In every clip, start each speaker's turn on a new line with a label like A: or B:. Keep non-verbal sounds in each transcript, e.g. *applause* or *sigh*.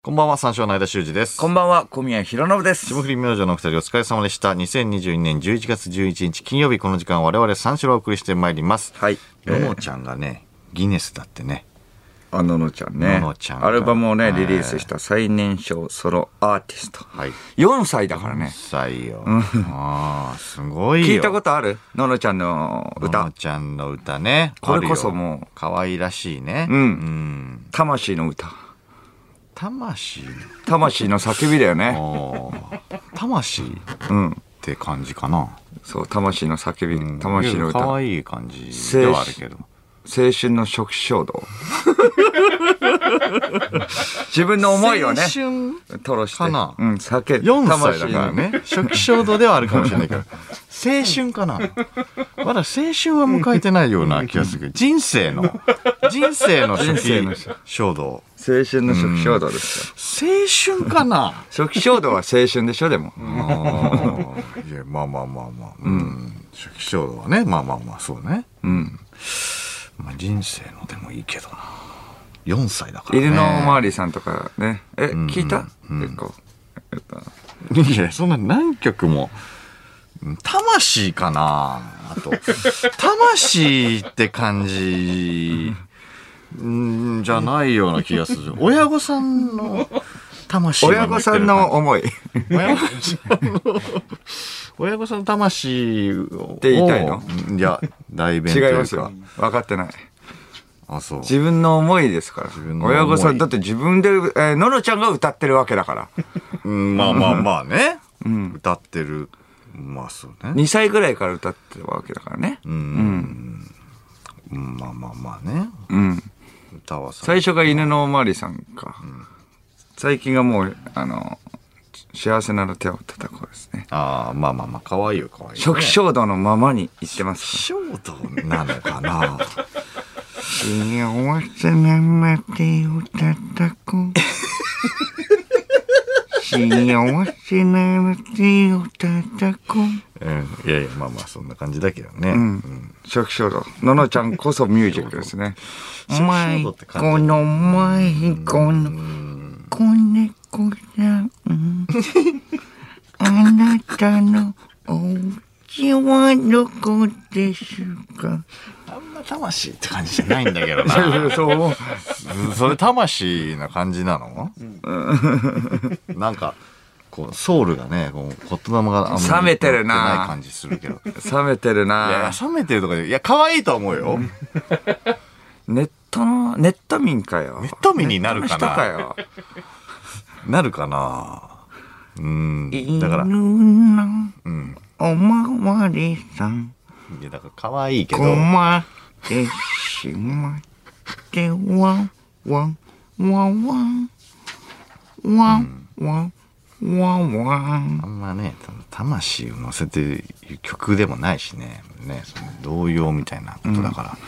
A: こんばんは、三章の間修二です。
B: こんばんは、小宮弘信です。
A: 霜降り明星のお二人お疲れ様でした。2022年11月11日金曜日この時間我々三章をお送りしてまいります。
B: はい
A: ののちゃんがね、ギネスだってね。
B: あののちゃんね。
A: ののちゃん
B: アルバムを
A: は
B: ね、
A: い
B: リリースした最年少ソロアーティスト。
A: はい。
B: 4歳だからね。
A: 採用。ああ、すごいよ。
B: 聞いたことあるののちゃんの
A: のの
B: 歌。
A: ちゃんの歌ね。
B: これこそ
A: う。
B: も
A: 可愛らしいね。。
B: う、うんん、魂の歌。
A: 魂
B: 魂の叫びだよね。
A: の、あー魂っ
B: うん。
A: て感じかな。
B: そう、魂の叫び、
A: うん
B: 魂の歌。
A: 可
B: 青
A: 愛い感じではあるけど。
B: 春の初期衝動。 *laughs* 自分の思いをね、
A: 青春
B: 吐露して。
A: かな
B: うん、叫
A: 4歳だから。ね初期衝動ではあるかもしれない *laughs* けど青春かなまだ青春は迎えてないような気がするけど人生の人生の初
B: 人生の
A: 期衝動
B: 魂の青春の初期衝動ですよ。
A: 青春かな
B: 初期衝動は青春でしょでも
A: いやまあまあまあまあ、うん、初期衝動はねまあまあまあそうね、
B: うん
A: まあ、人生のでもいいけどな4歳だからね
B: 犬のおまわりさんとかねえ聞いた
A: うん
B: 結構やった
A: *laughs* いや、そんな何曲も。うん魂かなあ
B: *laughs*
A: と。魂って感じ、んじゃないような気がする。親御さんの魂を持って
B: 親
A: る感じ
B: 御さんの思い
A: 親御さんの、親御さんの魂を。って
B: 言いたいの
A: いや、代弁
B: 違
A: と
B: いう
A: か
B: ますよ。分かってない
A: あ、そう。
B: 自分の思いですから
A: 分の思い
B: 親御さんだって自分でえーののちゃんが歌ってるわけだから
A: うんまあまあまあね。歌ってる。まあそうね。
B: 2歳ぐらいから歌ってるわけだからね
A: うんまあまあまあね。
B: うん
A: 歌はさ。
B: 最初が犬のおまわりさんか最近がもうあの幸せなら手を叩こうですね
A: ああ、まあまあまあ、可愛いよ、可愛いよ、ね。
B: 初期衝動のままに言ってます
A: 衝動なのか *laughs* な
B: 幸せなまでを叩こう。幸せなまでを叩こう。
A: うん、いやいや、まあまあ、そんな感じだけどね。
B: うん。初期衝動。ののちゃんこそミュージックですね。
A: 初期衝動って感じ
B: 迷子の迷子の子猫さん。あなたのお家はどこですか
A: あんま魂って感じじゃないんだけど
B: *laughs* そう思う。
A: *laughs* それ魂な感じなの、なんか、こう、ソウルがね、こう、言霊があんまり
B: 冷めてるな
A: 乗っない感じするけど。
B: 冷めてる
A: いや
B: なぁ。
A: 冷めてるとかで、いや、可愛いと思うよ。
B: ネットの、ネット民かよ。ネ
A: ット民になるかな
B: 人かよ。
A: なるかなうん。だから、い
B: の、おまわりさん、
A: や、だから可愛いけど。
B: 困ってしまって、ワンワン、ワンワン、ワンワン、ワンワン
A: あ。んまね、その魂を乗せてる曲でもないしね、ね、その動揺みたいなことだから。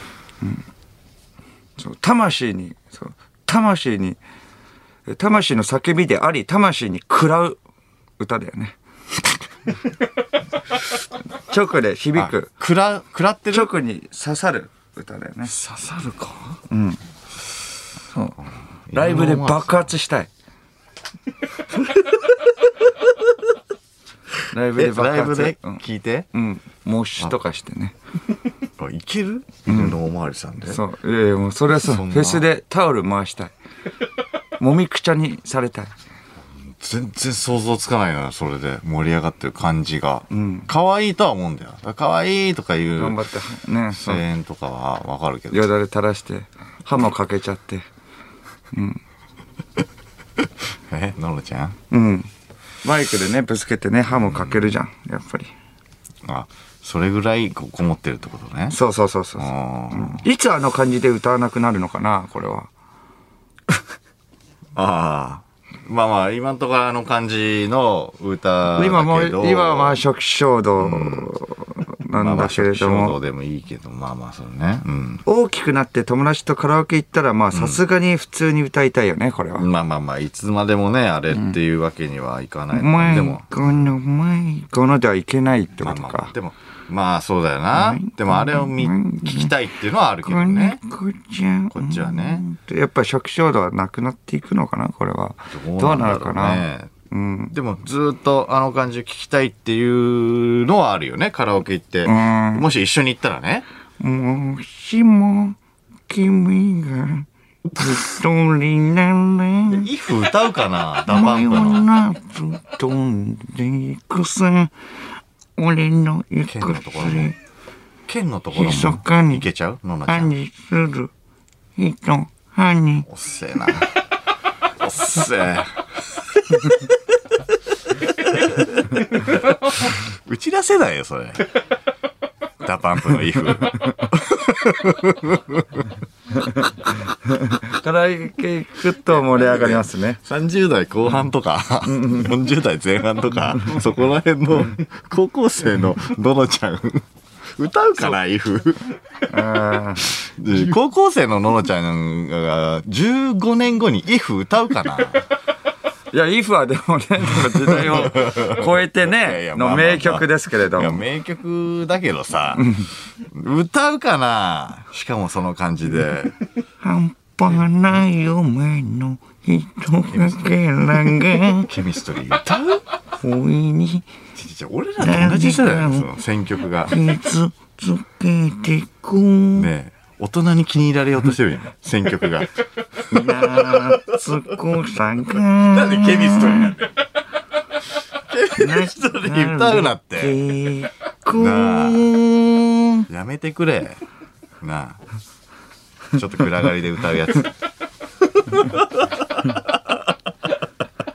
B: そう魂に、そう魂に、え魂の叫びであり、魂に食らう歌だよね。直で響
A: あ
B: く、
A: くら、くらってる
B: 直に刺さる歌だよね。
A: 刺さるか
B: そうライブで爆
A: *laughs*
B: 発したい。ライブで
A: え
B: 爆
A: ライブ
B: 発。
A: で
B: うん。
A: 聞いて、
B: うん。モッシュとかしてね。
A: あいける犬のおまわりさんで。
B: そう。いやいや、もうそれはそう。
A: そん
B: フ
A: な
B: ェスでタオル回したい。もみくちゃにされたい。
A: 全然想像つかないのよ、それで盛り上がってる感じが。可愛いとは思うんだよ。だから可愛いとかいう
B: 頑張って。ね。そ
A: 声
B: う。
A: 援とかはわかるけど
B: よ、だれ垂らして、歯もかけちゃって。
A: え、ののちゃん
B: うん。バイクでね、ぶつけてね、歯もかけるじゃん。やっぱり。
A: あ、それぐらいここもってるってことね。
B: そうそうそうそう。
A: あー
B: いつあの感じで歌わなくなるのかな、これは。
A: ああ。まあまあ、今んところあの感じの歌だけど。
B: 今も今はまあ初期衝動
A: ま
B: な
A: あ
B: んだけれども
A: 衝、動でもいいけど、まあまあ、それね。うん。
B: 大きくなって友達とカラオケ行ったらまあさすがに普通に歌いたいよねこれは、
A: まあまあまあ、いつまでもね、あれっていうわけにはいかない。
B: 前
A: でも、
B: この前このではいけないって
A: まあ
B: こと
A: まあ
B: か、
A: でも、まあそうだよな。でも、あれを見、聞きたいっていうのはあるけ
B: こ
A: ど
B: んな
A: ね。
B: こっちゃ
A: こっちはね
B: うんやっぱ食衝動はなくなっていくのかなこれはどうなるか
A: ど
B: な
A: うだろうね
B: うん
A: でもずっとあの感じを聞きたいっていうのはあるよね、カラオケ行って。
B: ん
A: もし一緒に行ったらね。
B: もしも君が一人なら
A: イフ歌うかな、ダパ
B: 真
A: ンプ
B: 夜
A: の。
B: 中飛んでいくさ俺の行
A: 剣の
B: く
A: ところも
B: ぜ。
A: 剣のところも。
B: 密かに
A: いけちゃうのなちゃ
B: 歯
A: ん。
B: にする人歯に
A: おっせえな。おっせえ。 *laughs* うちら世代よ、それ。ダパンプのイフ。
B: カラオケ行くと盛り上がりますね。
A: 30代後半とか、40代前半とか、そこら辺の高校生のどのちゃん、歌うかな、イフ。
B: あ
A: で高校生のののちゃんが15年後にイフ歌うかな。
B: ーいや、イフはでもね、時代を超えて
A: いやい
B: ね
A: や、まあまあ
B: の
A: まあ
B: 名曲ですけれど
A: いや、
B: も。
A: 名曲だけどさ、歌うかなしかもその感じで。
B: 半端ない夢の人かけらが、
A: ケミストリー歌う
B: 不意に
A: ちちち俺らと同じ世代だよ、その選曲 *laughs* が。
B: 傷つけてく
A: ねえ大人に気に入られようとしてるよ、ね、選曲が。
B: 夏子さんが。
A: *laughs* なんでケミストリーなんだよ。ケミストリー歌うなって。
B: て
A: なあ
B: く
A: やめてくれ。なあ。ちょっと暗がりで歌うやつ。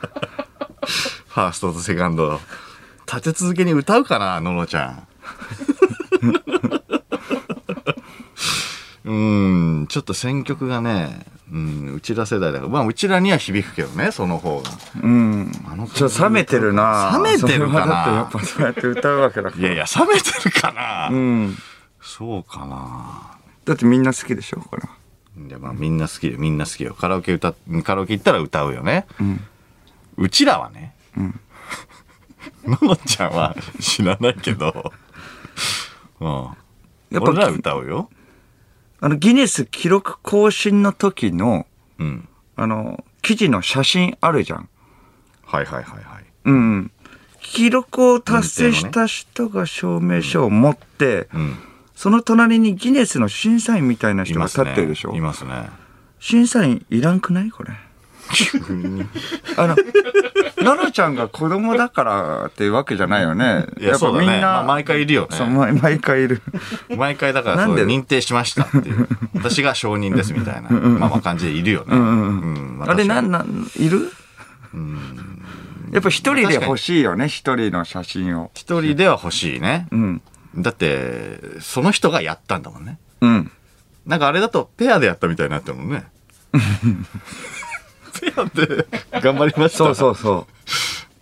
A: ファーストとセカンド。立て続けに歌うかな、ののちゃん。うん、ちょっと選曲がね、うん、うちら世代だから、まあ、うちらには響くけどね、その方が。
B: うん。
A: あの
B: ちょっと冷めてるな
A: 冷めてるかな
B: それはだってやっぱそうやって歌うわけだか
A: い
B: ら。
A: やいや、冷めてるかな、
B: うん。
A: そうかな
B: だってみんな好きでしょ、これは。
A: いや、まあみんな好きよ、みんな好きよ。カラオケ歌っ、カラオケ行ったら歌うよね。うちらはね。ののちゃんは知らないけど。うん。
B: やっぱ
A: 俺ら歌うよ。
B: あの、ギネス記録更新の時の、
A: うん。
B: あの、記事の写真あるじゃん。
A: はいはいはいはい。
B: うん。記録を達成した人が証明書を持って、
A: うん。
B: その隣にギネスの審査員みたいない人が
A: ま
B: 立
A: す
B: ってる
A: ね
B: でしょ。。
A: いますね。
B: 審査員いらんくな
A: *laughs*
B: いこれ。あの、奈々ちゃんが子供だからっていうわけじゃないよね。
A: いや、そうだね。まあ毎回いるよ
B: そう
A: ね。
B: 毎毎回いる。
A: 毎回だから、
B: なん
A: そう
B: で
A: 認定しましたっていう。私が承認ですみたいな。まあまあ感じでいるよね。うん
B: あれ
A: 私は
B: なんなんいる？やっぱ一人で欲しいよね一人の写真を。
A: 一人では欲しいね。
B: うん
A: だって、その人がやったんだもんね。
B: うん。
A: なんかあれだとペアでやったみたいになってるもんね。ペアで頑張りました。
B: そうそうそ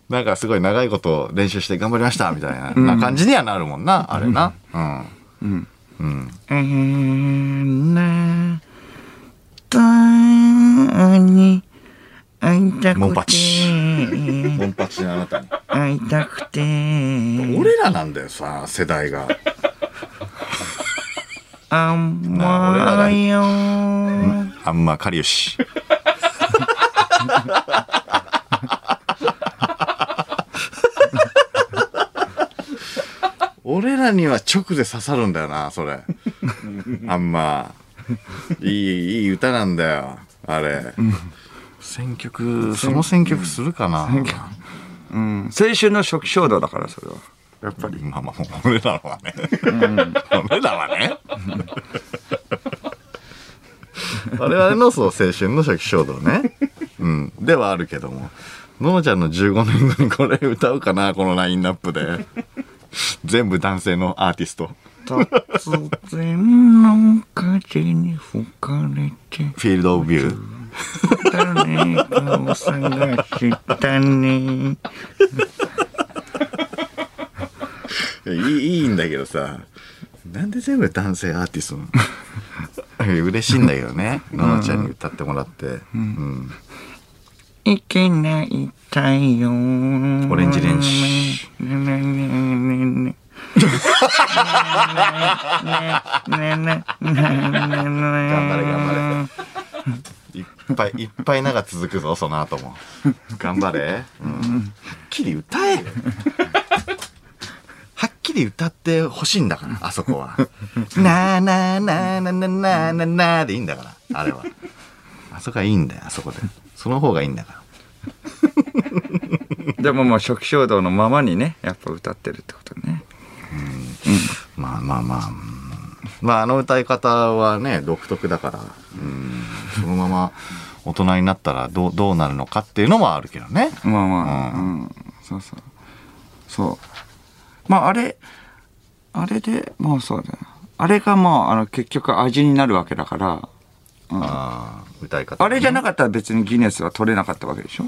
A: なんかすごい長いこと練習して頑張りましたみたいな,、感じにはなるもんな、あれな。うん。
B: う。えー、なたに会いた
A: モン
B: く
A: パ
B: て
A: モンパチのあなたに。
B: 会いたくて
A: *laughs* 俺らなんだよさ、世代が。
B: *laughs* 甘いよ。
A: あんま、かりよし。俺らには直で刺さるんだよな、それ。あんま。いい、いい歌なんだよ、あれ。選曲、その選曲するかな。
B: うん青春の初期衝動だからそれは。
A: やっぱり。まあまあ、俺らはね。俺らはね。 *laughs* 我々のそう青春の初期衝動ね。うん。ではあるけども。ののちゃんの15年後にこれ歌うかなこのラインナップで。全部男性のアーティスト。
B: 突然の風に吹かれて。
A: フィールド・オブ・ビュー。
B: 誰かを探したね。
A: いやいいいいんだけどさなんで全部男性アーティストなの *laughs* 嬉しいんだけどねののちゃんに歌ってもらって、うん
C: いけない太陽オ
A: レンジレンジ
C: ねねねねね
A: 頑
C: ねねねねね
A: 張れ頑張れいっぱいいっぱい長続くぞその後も頑張れ、うん、はっきり歌えはっきり歌ってほしいんだからあそこは「なあなあなあなあなあなあなあなあ」でいいんだからあれはあそこはいいんだよあそこでその方がいいんだから
B: でももう初期衝動のままにねやっぱ歌ってるってことね
A: まあまあまあ、うんまああの歌い方はね独特だから、うん、そのまま大人になったらどうどうなるのかっていうのもあるけどね。
B: まあまあ、うんそうそうそうまああれあれでもうそうだよあれがもうあの結局味になるわけだから
A: あー歌い方、
B: あれじゃな
A: く
B: かったら別にギネスは取れなかったわけでしょ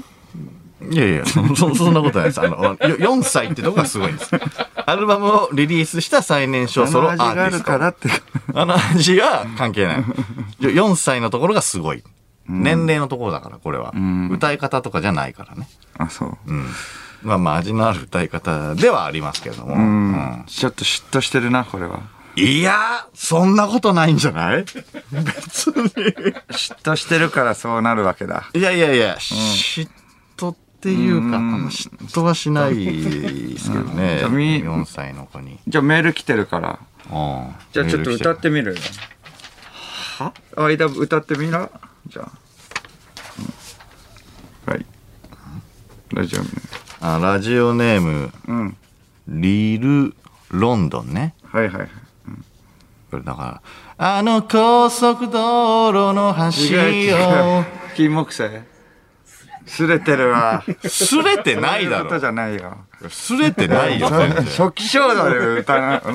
A: いやいやそ *laughs* そそんなことないですあのよ4歳ってとこがすごいんですアルバムをリリースした最年少ソロアー
B: あの
A: テ
B: 味があ
A: ィ
B: る
A: ス
B: から
A: ト
B: って
A: あの味は関係ない4歳のところがすごい年齢のところだからこれは、
B: ん
A: 歌い方とかじゃないからね、
B: *laughs* あそう
A: うん、まあまあ味のある歌い方ではありますけども、
B: うん、
A: うん
B: ちょっと嫉妬してるなこれはい
A: やー、そんなことないんじゃない別に。
B: 嫉妬してるからそうなるわけだ
A: いやいやいや、嫉妬っていうか、あんま嫉妬はしないですけどね。
B: うんじゃあ
A: 4歳の子に。。
B: じゃあメール来てるからじゃあちょっと歌っててみるよは間歌ってみなじゃあ、うんはい大丈夫ね
A: あラジオネーム、
B: うん
A: リール・ロンドンね。
B: はいはいはい
A: これだから、あの高速道路の橋
B: 違う違
A: を
B: う。金木犀すれてるわ
A: すれてないだ
B: そういうこと
A: ろ
B: じ。ゃないよ
A: すれてない
B: *laughs*
A: よ、全然
B: 初期衝動で歌ななんか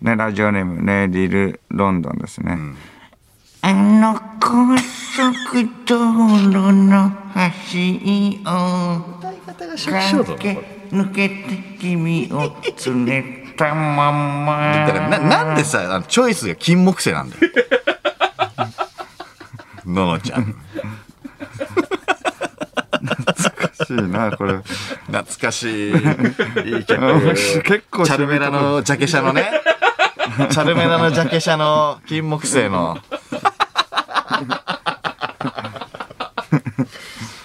B: ねラジオネームねリル・ロンドンですね、
C: あの高速道路の橋を駆け抜けて君を連れたま
A: だから
C: ま
A: ななんでさあのチョイスが金木犀なん
B: *laughs*
A: だよののちゃん
B: しいなこ
A: *laughs*
B: れ
A: 懐かしいいい曲
B: 結構
A: チャルメラのジャケ写の *laughs* ねチャルメラのジャケ写の金木犀の *laughs*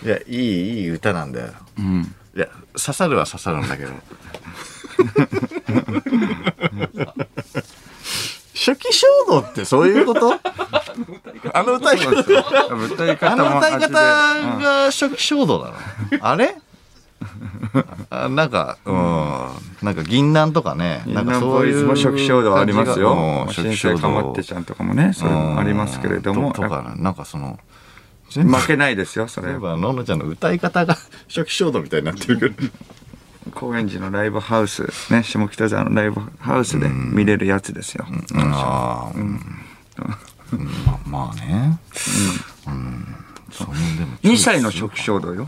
A: いやいいいい歌なんだよ、いや刺さるは刺さるんだ *laughs* けど初期衝動ってそういう *laughs* ことあの歌い方
B: 歌い
A: あ
B: 方
A: の
B: も
A: 歌い方
B: 味で
A: が初期衝動な
B: *laughs*
A: の、あれあなんか、うん、なんか銀杏とかね、な
B: な
A: んん
B: か
A: か
B: そういうも初期衝動ありますよ
A: 感。じがうん初
B: 新
A: 期衝
B: 生かま
A: 動
B: ってちゃんとかもね、そういうのありますけれども
A: うん、ととかなんかその、全部、
B: 負けないですよ、それ
A: 全。部はののちゃんの歌い方が *laughs* 初期衝動みたいになってるけど、
B: 高円寺のライブハウス、ね、下北沢のライブハウスで見れるやつですよ。
A: ああ、うん、ままあね、うん、そのでも
B: 2歳の初期衝動よ。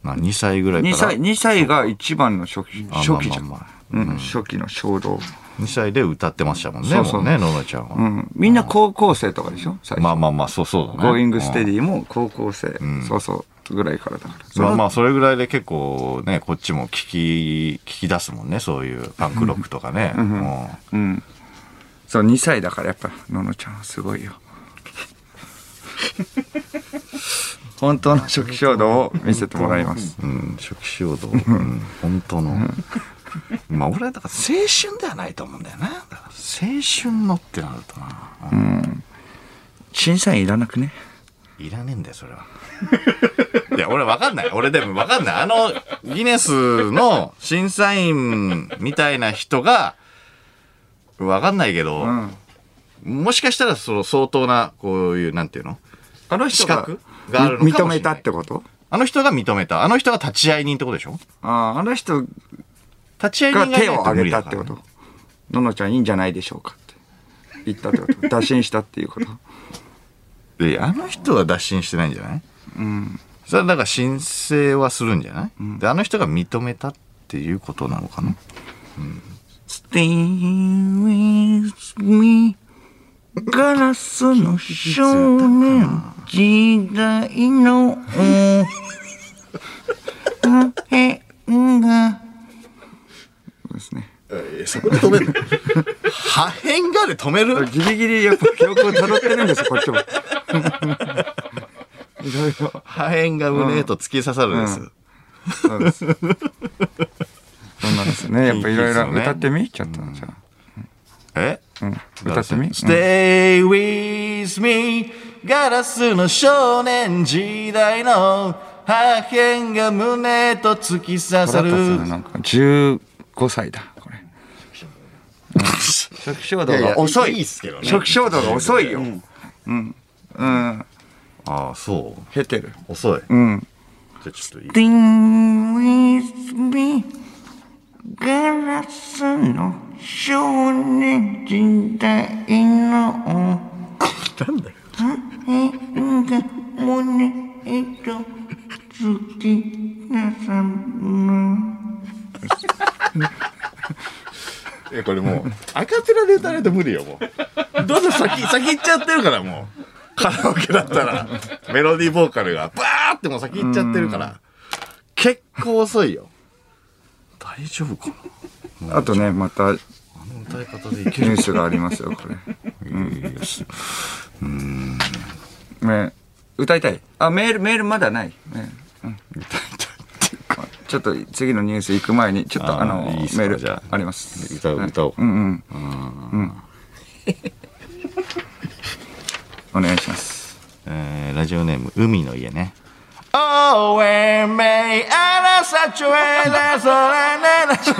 A: まあ2歳ぐらいから
B: 2歳、二歳が一番の初期、
A: あ
B: 初期じ
A: まあまあ
B: ゃん
A: まあ。
B: うん、初期の衝動。
A: 2歳で歌ってましたもんね、
B: そうそ
A: も
B: う
A: うね、ののちゃんは。
B: うん。みんな高校生とかでしょ最
A: まあ
B: 初。
A: まあまあ、そうそうだね。
B: ゴーイングステ
A: うん
B: ディも高校生。そうそう。ぐらいからだから。そ
A: まあ
B: の
A: まあそれぐらいで結構ねこっちも聞き聞き出すもんねそういうパンクロックとかね、もう
B: うん。そう、2歳だからやっぱ、ののちゃんはすごいよ。本当の初期衝動を見せてもらいます。
A: うん、初期衝動、うん、本当のまあ俺はだから青春ではないと思うんだよなだから青春のってなるとな、うん
B: 審査員いらなくね。
A: いらねえんだよそれはいや俺わかんない俺でもわかんないあのギネスの審査員みたいな人がわかんないけど、
B: うん。
A: もしかしたらその相当なこういうなんていうの
B: あの
A: 資
B: 人が
A: 格があるのかもしれ
B: 認
A: ない
B: めたってこと
A: あの人が認めた。あの人が立ち会い人ってことでしょ
B: ああ、あの人
A: 立ち会い
B: が
A: 人
B: 手を挙げたって
A: いない無
B: こ
A: 理だから
B: と。ののちゃんいいんじゃないでしょうかって言ったってこと。打診したっていうこと。
A: ねいや、あの人は脱診してないんじゃない
B: うん。
A: それはだから申請はするんじゃない、で、あの人が認めたっていうことなのかな
C: Stay with me ガラスの少年時代の破片が
B: そうですね。
A: えそこで止める *laughs* 破片がで止める
B: ギリギリやっぱ記憶を辿ってるんですよ、こっちも。 *laughs* いろいろ。
A: 破片が胸へと突き刺さるんです。
B: うんそうです。そうなんですね。やっぱいろいろ
A: いいですよね
B: 歌ってみちょっと。じゃ
A: え
B: あうん。歌ってみうん
A: ?Stay with me ガラスの少年時代の破片が胸へと突き刺さる
B: 腹立つななんか15歳だ、これ。食衝動
A: いやいや
B: が遅い。
A: いいっすけどね
B: 食衝動が遅いよ。うん。うん。
A: ああ、そ
B: 経てる。
A: う。遅い。
B: うん。
A: じゃあちょっといい
C: Stay with me ガラスの少年時代の
A: なんだよ。
C: 変が胸へと突き刺さる
A: え、これもう、 *laughs* アカペラで歌わないと無理よ、もう。どんどん *laughs* 先、先行っちゃってるから、もう。カラオケだったら、メロディーボーカルが、バーってもう先行っちゃってるから、結構遅いよ。大丈夫かな
B: あとね、また
A: あ
B: ニ
A: の歌い方でいけ
B: ュ
A: る
B: ースがありますよ、これ。ね、歌いたい。あ、メール、メールまだない。ね、うんちょっと次のニュース行く前に、ちょっとあ
A: あー
B: の、
A: いいっすか
B: メー
A: じゃ
B: ル
A: あ
B: あります。
A: 歌う
B: はい
A: 歌おう
B: うんうん。うん。お願いします。
A: えーラジオネーム、海の家ね。応援メイアラサチュエラソラナラ
B: そ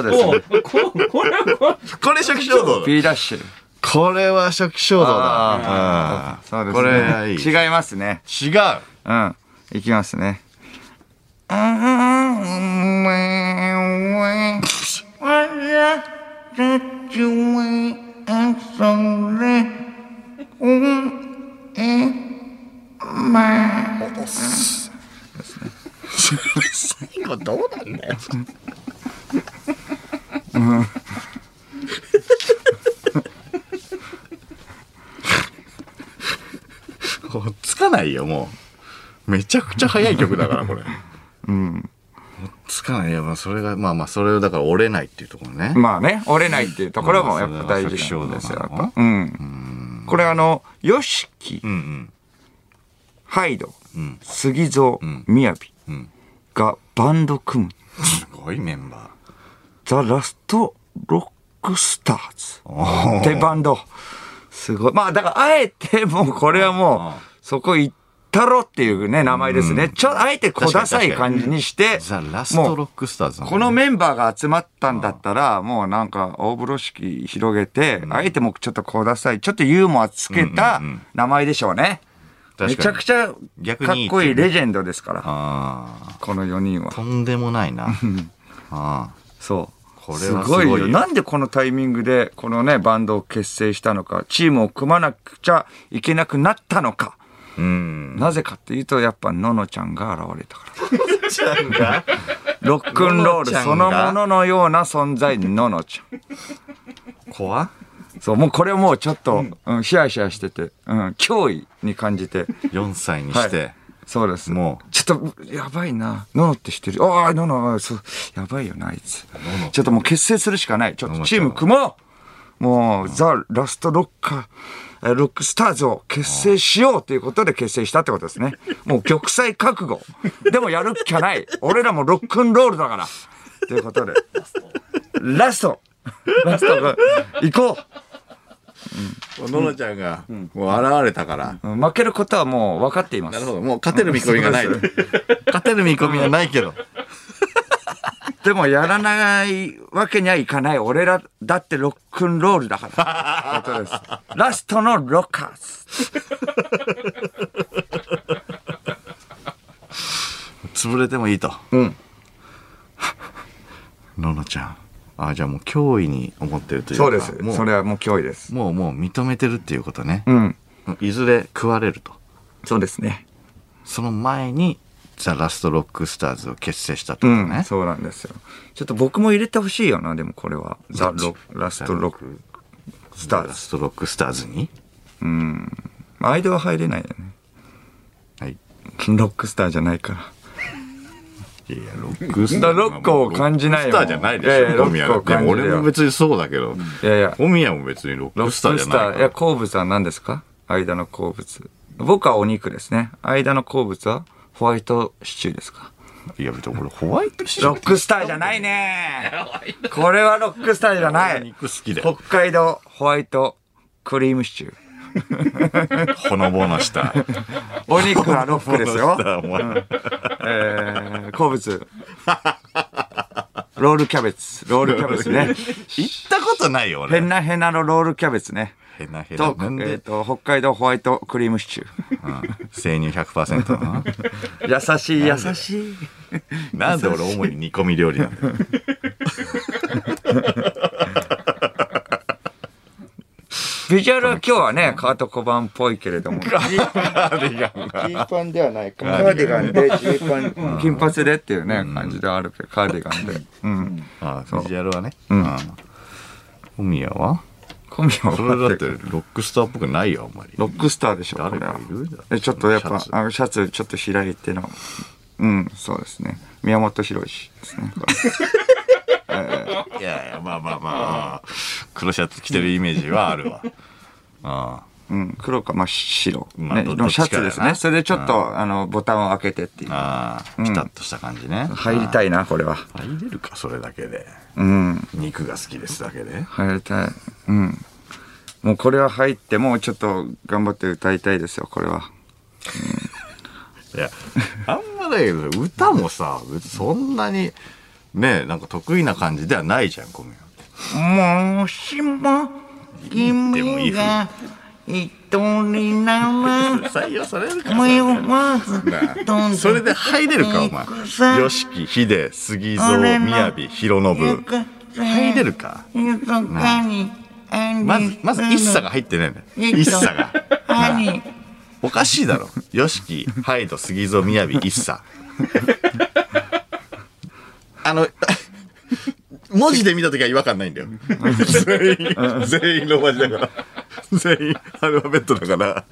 B: うですね。
D: ここれはこ
A: これ初期衝動だ。
B: B ダッシュ。
A: これは初期衝動だ
B: あ。そうです
A: こ
B: ね。
A: れはいい。違う。
B: 違いますね。うん。いきますね。
C: ああ、お前は、わらたちは、あそれ、うん、え、まあ。
A: 最後どうなんだよ。もうつかないよ、もう。めちゃくちゃ速い曲だから、これ。
B: うん。
A: つかないよ、まあ、それが、まあまあ、それをだから折れないっていうところね。
B: まあね、折れないっていうところもやっぱ大事なんですよ、やっぱ。うん。これあの、ヨシキ
A: う、んうん。
B: ハイド、
A: ん
B: 杉蔵、みやび
A: ん
B: がバンド組む、
A: すごいメンバー。
B: ザ・ラスト・ロックスター
A: お
B: ズってバンド。すごい。まあだから、あえてもうこれはもう、そこ行ったろっていうね、名前ですね。ちょ、あえて小ダサい感じにして、
A: ザ・ラス
B: も
A: ト
B: う
A: ロックスターズなんだ
B: こ
A: ね
B: のメンバーが集まったんだったら、もうなんか大風呂敷広げて、あえてもうちょっとこうださい、ちょっとユーモアつけた名前でしょうね。
A: 確かに
B: めちゃくちゃかっ
A: 逆にいいって
B: こい
A: いうね
B: いレジェンドですから、
A: あ
B: この4人は
A: あ、。とんでもないな。あ
B: そう。
A: これ
B: す
A: は
B: ごい
A: すごい
B: よ。
A: よ
B: なんでこのタイミングで、このね、バンドを結成したのか、チームを組まなくちゃいけなくなったのか。
A: あ。うん。
B: なぜかっていうと、やっぱ、ののちゃんが現れた
A: *laughs*
B: から。
A: ちゃんが
B: ロックンロ
A: のの
B: ール
A: ちゃんが
B: そのもののような存在、ののちゃん。
A: 怖
B: そう、もうこれもうちょっと、うん、ヒヤヒヤしてて、うん、脅威に感じ
A: *laughs*
B: て。
A: ?4 歳にして、
B: はいそうです。
A: も
B: ちょっと、やばいな。ののって知ってる。ああ、のの、そう、やばいよな、あいつ。ちょっともう結成するしかない。ちょっ
A: の
B: と
A: の
B: チ
A: ちゃ
B: ー
A: ん
B: ム組もうもう、ザ・ラストロッカー、えロックスターズを結成しようということで結成したってことで
A: *laughs*
B: すね。もう玉砕覚悟。でもやるっきゃない。俺らもロックンロールだから。ということで。ラストラストが、行こう
A: ののちゃんが、もう現れたから、
B: うん負けることはもう分かっています。
A: なるほど、もう勝てる見込みがない。
B: そう
A: 勝てる見込みはないけど。
B: でもやらないわけにはいかない。俺らだってロックンロールだ *laughs* から。ことです。ラストのロッカーズ。
A: 潰れてもいいと。 *laughs*
B: うん。
A: ののちゃん。ああ、じゃあもう脅威に思ってるというか。
B: そうです。
A: も、
B: そうれはもう脅威です。
A: もう、もう認めてるっていうことね
B: う。ん。
A: いずれ食われると。
B: そうですね。
A: その前にザ・ラスト・ロック・スターズを結成したって
B: う
A: こと
B: ん、
A: ね。
B: そうなんですよ。ちょっと僕も入れてほしいよな、でもこれは。ザ・ロラスト・ロック・スタ
A: ラ
B: ーズ。
A: スト・ロック・スターズに
B: 間は入れないよね。
A: はい。
B: ロックスターじゃないから。
A: いや、ロックス
B: だロックを感じない
A: ロックスター
B: よ
A: じゃないで
B: いやいや
A: しょ、小宮
B: ロックを
A: が。
B: 感
A: で
B: じる
A: も
B: よ
A: 俺も別にそうだけど、
B: いやいや、
A: 小宮も別にロックスターじゃない
B: い
A: か
B: や、
A: ら。
B: 好物は何ですか間の好物。僕はお肉ですね。間の好物はホワイトシチューですか
A: いや、別に俺ホワイトシチュ
B: ロ
A: ー
B: ックスターじゃないねこれはロックスターじゃない
A: 肉好きで
B: 北、海道ホワイトクリームシチュー。
A: ほのぼのした。
B: お肉はロックです
A: ほの
B: よ
A: ぼ。のしたお前
B: えー、好物。ロールキャベツ。ロールキャベツね。
A: 行ったことないよ、
B: へ
A: 俺。
B: なへなのロールキャベツね。
A: へなへな。
B: と、え
A: なん
B: ー
A: で、
B: と、北海道ホワイトクリームシチュー。
A: うん生乳100%な。
B: 優しい、優しい。
A: なんで俺主に煮込み料理
B: *laughs*
A: なんだよ。
B: ビジュアルは今日はね、革と小判っぽいけれども。
C: パンではないか
A: カーディガン
C: でジーパン
B: *laughs* 金髪でっていうね、感じではあるけど、カーディガンで。うん。
A: ああ、ビジュアルはね。
B: うん
A: ああ小宮は
B: 小宮は
A: それだ
B: だ
A: っ
B: ってて
A: ロックスターっぽくないよ、あんまり。
B: ロックスターでしょ、こ
A: 誰
B: れは
A: かいるだろ。
B: えちょっとやっぱ
A: シャ、ツ
B: あの、シャツちょっと開いての。うん、そうですね。宮本浩次ですね。
A: いやいや、まあまあまあ、黒シャツ着てるイメージはあるわ。あ
B: うん、黒か、まあ、白。
A: まあ
B: ね、
A: ど
B: のシャツ
A: どっ
B: で
A: ち
B: す
A: かやな
B: ね。それでちょっと、あの、ボタンを開けてってい
A: あ、
B: う。
A: ああ、ピタッとした感じね。
B: 入りたいな、これは。
A: 入れるか、それだけで。
B: うん、
A: 肉が好きですだけで。
B: 入りたい。うん。もうこれは入って、もうちょっと頑張って歌いたいですよ、これは。
A: いや、あんまだけど、歌もさ、別にそんなに、ねえ、なんか得意な感じではないじゃん、小宮。
C: もしも君が一人な
A: 採用されるから *laughs*
C: 迷わず飛んで
A: それで入れるか、お前。よしき、ひで、杉蔵、みやび、ひろのぶ。入れるか。
C: ゆかに
A: まず、まず、一茶が入ってないんだよ。一茶が。なあ
C: 兄
A: おかしいだろ。よしき、ハイド、杉蔵、みやび、一茶。あの、文字で見たときは違和感ないんだよ。全員、全員ローマ字だから。全員アルファベットだから。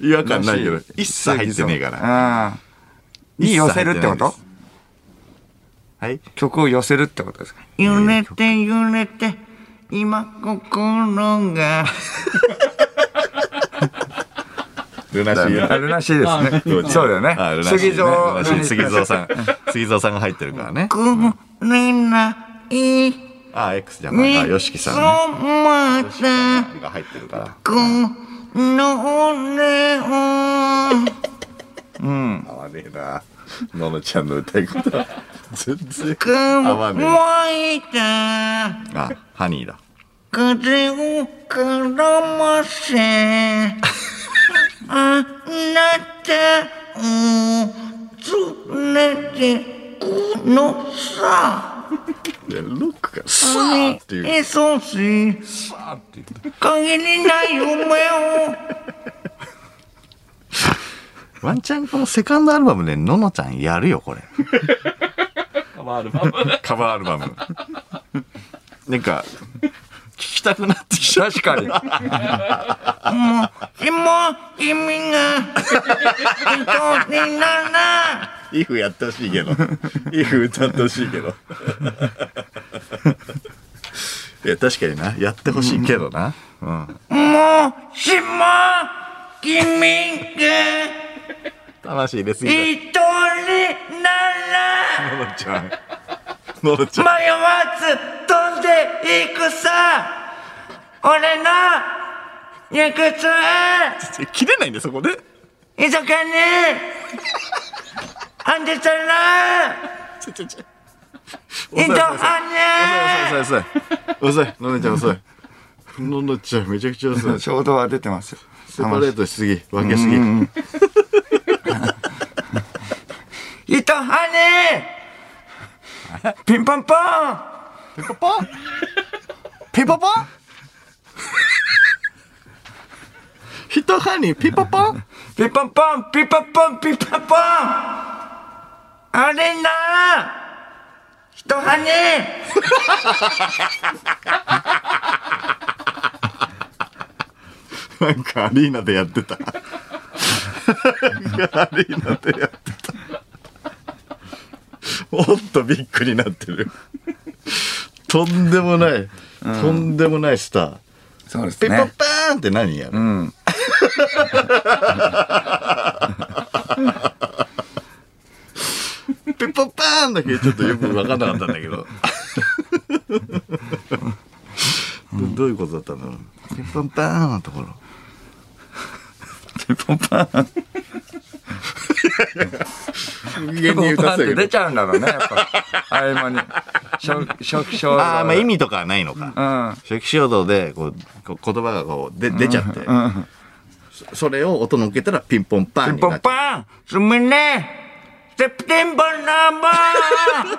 A: 違和感ないけど、一茶入ってねえから。
B: ら。うん。に寄せるってこ
A: 一切入ってない
B: と
A: ですはい。
B: 曲を寄せるってことですか
C: 揺れて揺れて今心が
A: ルナシー。
B: あるらしいですね。そうだよね
A: あル。ナシー
B: 杉蔵
A: ルナシー杉蔵さん。杉蔵さんが入ってるからね。
C: くれない
A: あ、X じゃない。あ、
C: に
A: ヨシキさんね。
C: また
A: が入ってるから。
C: この俺を
A: 合わねえな。ののちゃんの歌い方。全然 *laughs*
C: く
A: 合わねえな。
C: わいた
A: あ、ハニーだ。
C: 風を絡ませあなたを連れてくのさ
A: いやロックがさ
C: あ
A: ーっていう。
C: えそうし限りない夢を
A: ワンチャンこのセカンドアルバムでののちゃんやるよ、これ。カバーアルバム。カバーアルバム。なんか、聞きたくなってきちゃう。
B: 確かに。
C: もう今君が一人になら
A: イフやってほしいけど。イフ歌ってほしいけど。いや、確かにな。やってほしいけどな。うん。
C: もうしも君が
A: 楽しいです
C: 一
A: ぎ
C: 人なら
A: た。ののちゃん。ののちゃん。
C: 迷わず飛んでいくさ俺の行くつ
A: 切れないんで、そこで。
C: 急が
A: *laughs*
C: ねアンデサラ
A: ちょちょちょ。
C: インドハネ
A: 遅い遅い遅い遅い遅いののちゃん遅いののちゃんめちゃくちゃ遅い
B: ちょうどは出てますよ。
A: セパレートしすぎ分けすぎ
C: 糸ハネピンポンポン
A: ペパパンペパパンヒトハニーピパパン
B: ピンポンポンピンポンポンピンポンポン
C: あれな人跳ね
A: なんかアリーナでやってた。なんかアリーナでやってた。おっとビッグになってる。とんでもない、とんでもないスター。
B: そうです
A: ピ
B: ね
A: ッパッパーンって何やる、
B: うん。
A: ピッパッパーンだけちょっとよく分かんなかったんだけど。どどういうことだったんだろうピッパッパーンのところ。
B: ピンポンパン。
A: 無限に歌って
B: ピンポンパン
A: た
B: って出
A: け
B: ちゃうんだろうね、やっぱ。合間に。しょ、しょ、しょ。
A: ど。 *laughs* ああ、まあ意味とかはないのか。
B: う
A: 初期衝動でこうこ言葉がこうで出ちゃって、
B: ん。うん。
A: そそれを音のっけたらピンポンパ
B: ピ
A: ン
B: ン
A: にな
B: ポ
A: っちゃう
B: ンパンすみねセプテンバーナンバ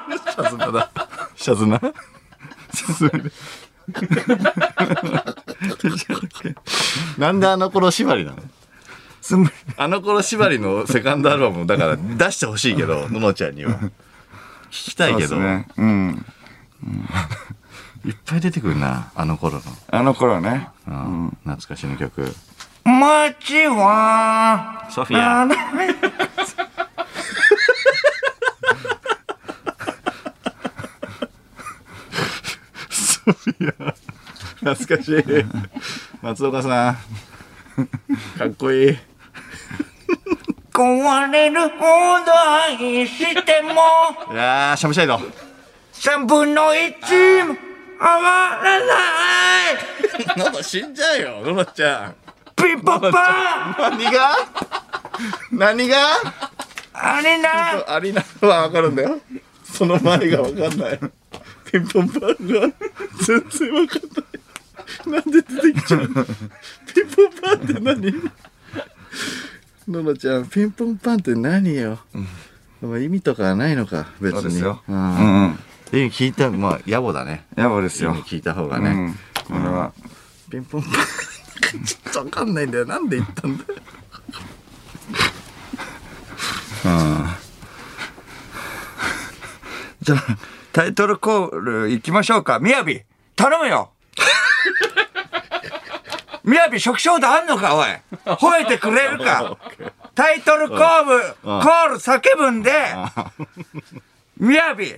B: ー
A: シャズナだ。シャズナなんであの頃縛りなの
B: すみ、
A: あの頃縛りのセカンドアルバムだから出してほしいけど、ののちゃんには。聞きたい
B: そう
A: け
B: で
A: ど、
B: すね。うん。
A: いっぱい出てくるな、あの頃の。
B: あの頃ね。
A: うん懐かしの曲。
B: 街は、
A: ソフィア。ソフィア。懐かしい。松岡さん。かっこいい。
C: 壊れるほど愛しても
A: いやー、シャムシャイド。
C: 3分の1も合わらない
A: のの死んじゃうよ、ののちゃん。
C: ピンポンパン
A: 何が何が
C: あれな
A: アリーナはわかるんだよ。その前がわかんない。ピンポンパンが全然わかんない。なんで出てきちゃうのピンポンパンって何ののちゃん、ピンポンパンって何よ。まあ意味とかはないのか、別に。
B: そうですよ。う
A: うん
B: んうん。
A: 意味聞いた、まあ、野暮だね。
B: やばです
A: 意味
B: よ。
A: 聞いた方が
B: う
A: ね。
B: ん。これは。
A: ピンポンパン。ちょっとわかんないんだよ。なんで言ったんだよ。 *laughs*
B: じゃあ、タイトルコール行きましょうか。みやび、頼む *laughs* よみやび、食衝度あんのか、おい。吠えてくれるか。タイトルコール、コール叫ぶんで、みやび、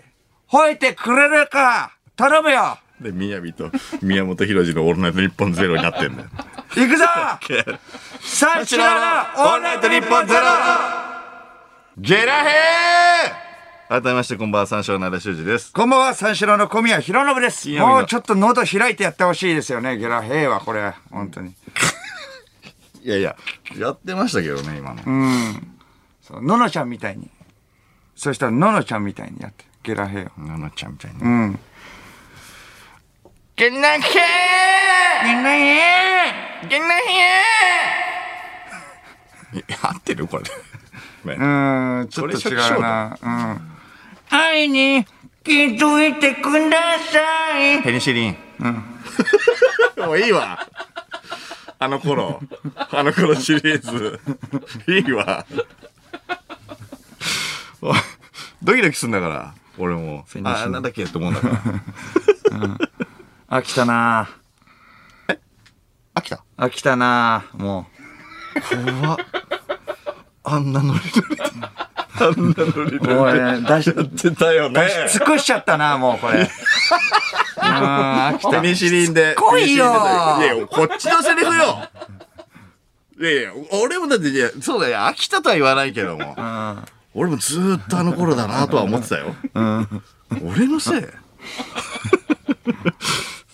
B: 吠えてくれるか、頼むよ。
A: で、宮城と宮本浩次のオールナイト日本ゼロになってんだ *laughs* よ。
B: 行くぞ *laughs* 三四郎のオールナイトニッポンゼロ
A: ゲラヘー改めまして、こんばんは、三章奈良修二です。
B: こんばんは、三四郎の小宮浩信です。
A: 金曜日の
B: もうちょっと喉開いてやってほしいですよね、ゲラヘイは、これ。本当に。
A: いやいや、やってましたけどね、今の。
B: そう、ののちゃんみたいに。そしたら、ののちゃんみたいにやって。ゲラヘイを。
A: なのちゃんみたいに。
B: うん。ゲラヘイゲラヘイゲラヘ
A: いや合ってるこれ。ね
B: イうーん、ちょっと違うな。うん。愛に気づいてください。
A: ペニシリン。もういいわ。あの頃。あの頃シリーズ。いいわ。おいドキドキすんだから、俺も。
B: ニシリン
A: あ、なんだっけって思うんだから。
B: 飽きたな
A: 飽きた
B: 飽きたなも
A: 怖っあんなノリノリであんなノ
B: *laughs*
A: リ
B: う。もうね、出し、
A: 出たよね
B: 尽くしちゃったなもうこれ。うーん、飽き *laughs*
A: ペ
B: た。
A: ニシリンで
B: こいよ
A: ペニシリンでいやいやこっちのセリ *laughs* フよいやいや俺もだっていやそうだよ飽きたとは言わないけども
B: うん。
A: 俺もずーっとあの頃だなとは思ってたよ俺のせい *laughs*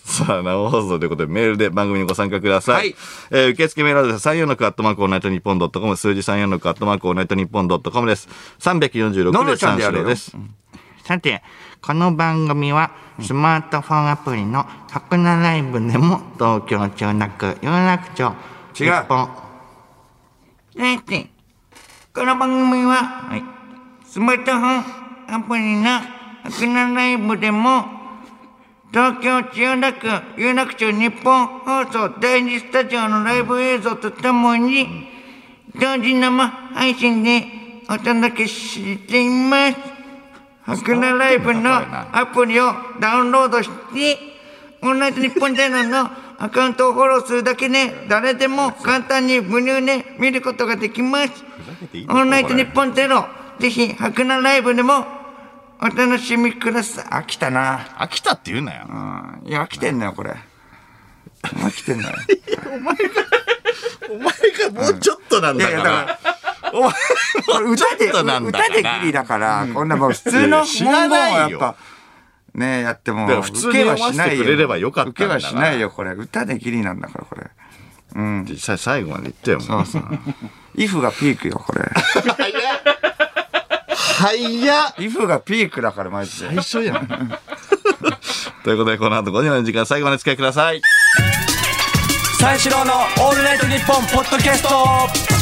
A: さあ、生放送ということで、メールで番組にご参加ください。
B: はい
A: えー受付メールアドレスは34のクアットマークオールナイトニッポンドットコム、数字34のクアットマークオールナイトニッポンドットコムです。346
B: のの
A: で
B: ちゃん
A: 三
B: でやれよ
A: 四です。
D: さて、この番組はスマートフォンアプリの桜ライブでも東京中なく有楽町
B: 違
D: 日
B: う
D: 本
C: さて、この番組は、スマートフォンアプリのアクナライブでも、東京千代田区有楽町日本放送第二スタジオのライブ映像とともに、同時生配信でお届けしています。白菜ライブのアプリをダウンロードして、オンライト日本チャンネルのアカウントをフォローするだけで、誰でも簡単に無料で見ることができます。オンライト日本チャンネルを、ぜひ白菜ライブでもお楽しみください。
B: 飽きたな。
A: 飽きたって言うなよ。
B: いや、飽きてんのよ、これ。飽きてんのよ。
A: お前がもうちょっとなん
B: いや
A: だか
B: いや、だ
A: ら。
B: から。これ歌
A: ちょ
B: で、
A: っとなんだか
B: 歌
A: ら
B: でギリだから、こんなもう普通の
A: 知ら
B: 文言
A: ないよ
B: はやっぱ、ねやっても
A: だから、普通に読ませてくれればよかったん
B: 受け
A: だから
B: はしないよ、これ。歌でギリなんだから、これ。
A: さ最後まで言ってよ、もう。
B: イフがピークよ、これ。
A: 早っ
B: イフがピークだから、マジで。
A: 一緒じゃん。 *laughs* ということで、この後5時の時間、最後までお付き合いください。
E: 三四郎のオールナイトニッポンポッドキャスト